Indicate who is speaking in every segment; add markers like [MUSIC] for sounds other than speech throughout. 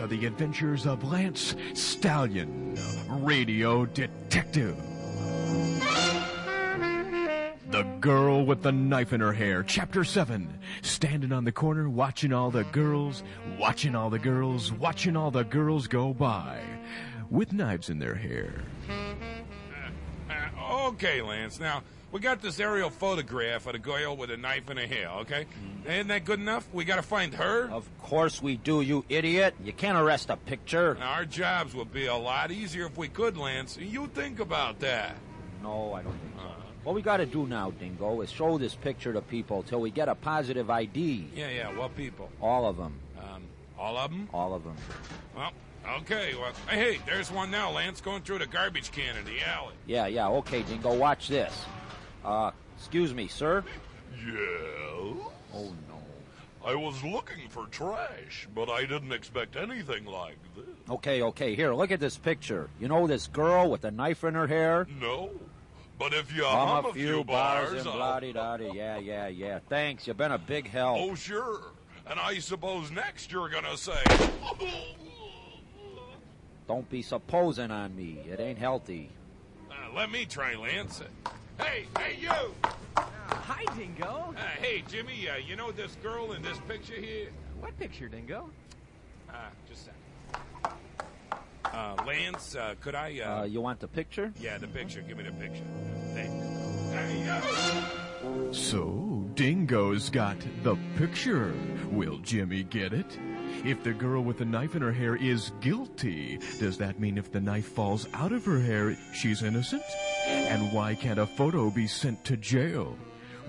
Speaker 1: are the adventures of Lance Stallion, radio detective. The Girl with the Knife in Her Hair, Chapter 7. Standing on the corner, watching all the girls, watching all the girls, watching all the girls go by. With knives in their hair.
Speaker 2: Uh, okay, Lance. Now, we got this aerial photograph of the girl with a knife in her hair, okay? Isn't that good enough? We gotta find her?
Speaker 3: Of course we do, you idiot. You can't arrest a picture.
Speaker 2: Now, our jobs would be a lot easier if we could, Lance. You think about that.
Speaker 3: No, I don't think
Speaker 4: Uh-huh.
Speaker 3: so. What we gotta do now, Dingo, is show this picture to people till we get a positive ID.
Speaker 2: Yeah, yeah, what people?
Speaker 3: All of them.
Speaker 2: Um, all of them?
Speaker 3: All of them.
Speaker 2: Well, okay, well, hey, hey, there's one now, Lance, going through the garbage can in the alley.
Speaker 3: Yeah, yeah, okay, Dingo, watch this. Uh, excuse me, sir?
Speaker 4: Yeah.
Speaker 3: Oh, no.
Speaker 4: I was looking for trash, but I didn't expect anything like this.
Speaker 3: Okay, okay, here, look at this picture. You know this girl with the knife in her hair?
Speaker 2: Oh,
Speaker 4: No. But if you
Speaker 3: Hum
Speaker 4: hum, Uh-huh, a few, bars,
Speaker 3: and
Speaker 2: uh,
Speaker 4: I'll-
Speaker 3: blah de da
Speaker 4: [LAUGHS]
Speaker 3: Yeah, yeah, yeah. Thanks. You've been a big help.
Speaker 4: Oh, sure. And I suppose next you're gonna say.
Speaker 3: Don't be supposing on me. It ain't healthy.
Speaker 2: Uh, let me try, Lance. Hey, hey, you!
Speaker 5: Uh, Hi, Dingo.
Speaker 2: Uh, hey, Jimmy, uh, you know this girl in this picture here?
Speaker 5: What picture, Dingo?
Speaker 2: Uh, just a second. Uh, Lance, uh, could I, uh,
Speaker 3: Uh, you want the picture?
Speaker 2: yeah, the picture. Give me the picture. Thanks. Hey, yo!
Speaker 1: So, Dingo's got the picture. Will Jimmy get it? If the girl with the knife in her hair is guilty, does that mean if the knife falls out of her hair, she's innocent? And why can't a photo be sent to jail?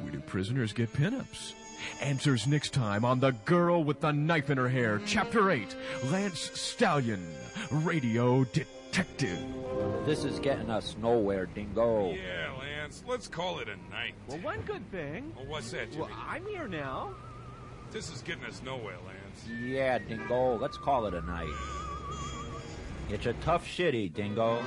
Speaker 1: Where do prisoners get pinups? Answers next time on The Girl with the Knife in Her Hair, Chapter 8 Lance Stallion, Radio Detective.
Speaker 3: This is getting us nowhere, Dingo.
Speaker 2: Yeah, Lance, let's call it a night.
Speaker 5: Well, one good thing.
Speaker 2: Oh, what's that, Jimmy?
Speaker 5: Well, I'm here now.
Speaker 2: This is getting us nowhere, Lance.
Speaker 3: Yeah, Dingo. Let's call it a night. It's a tough shitty, Dingo.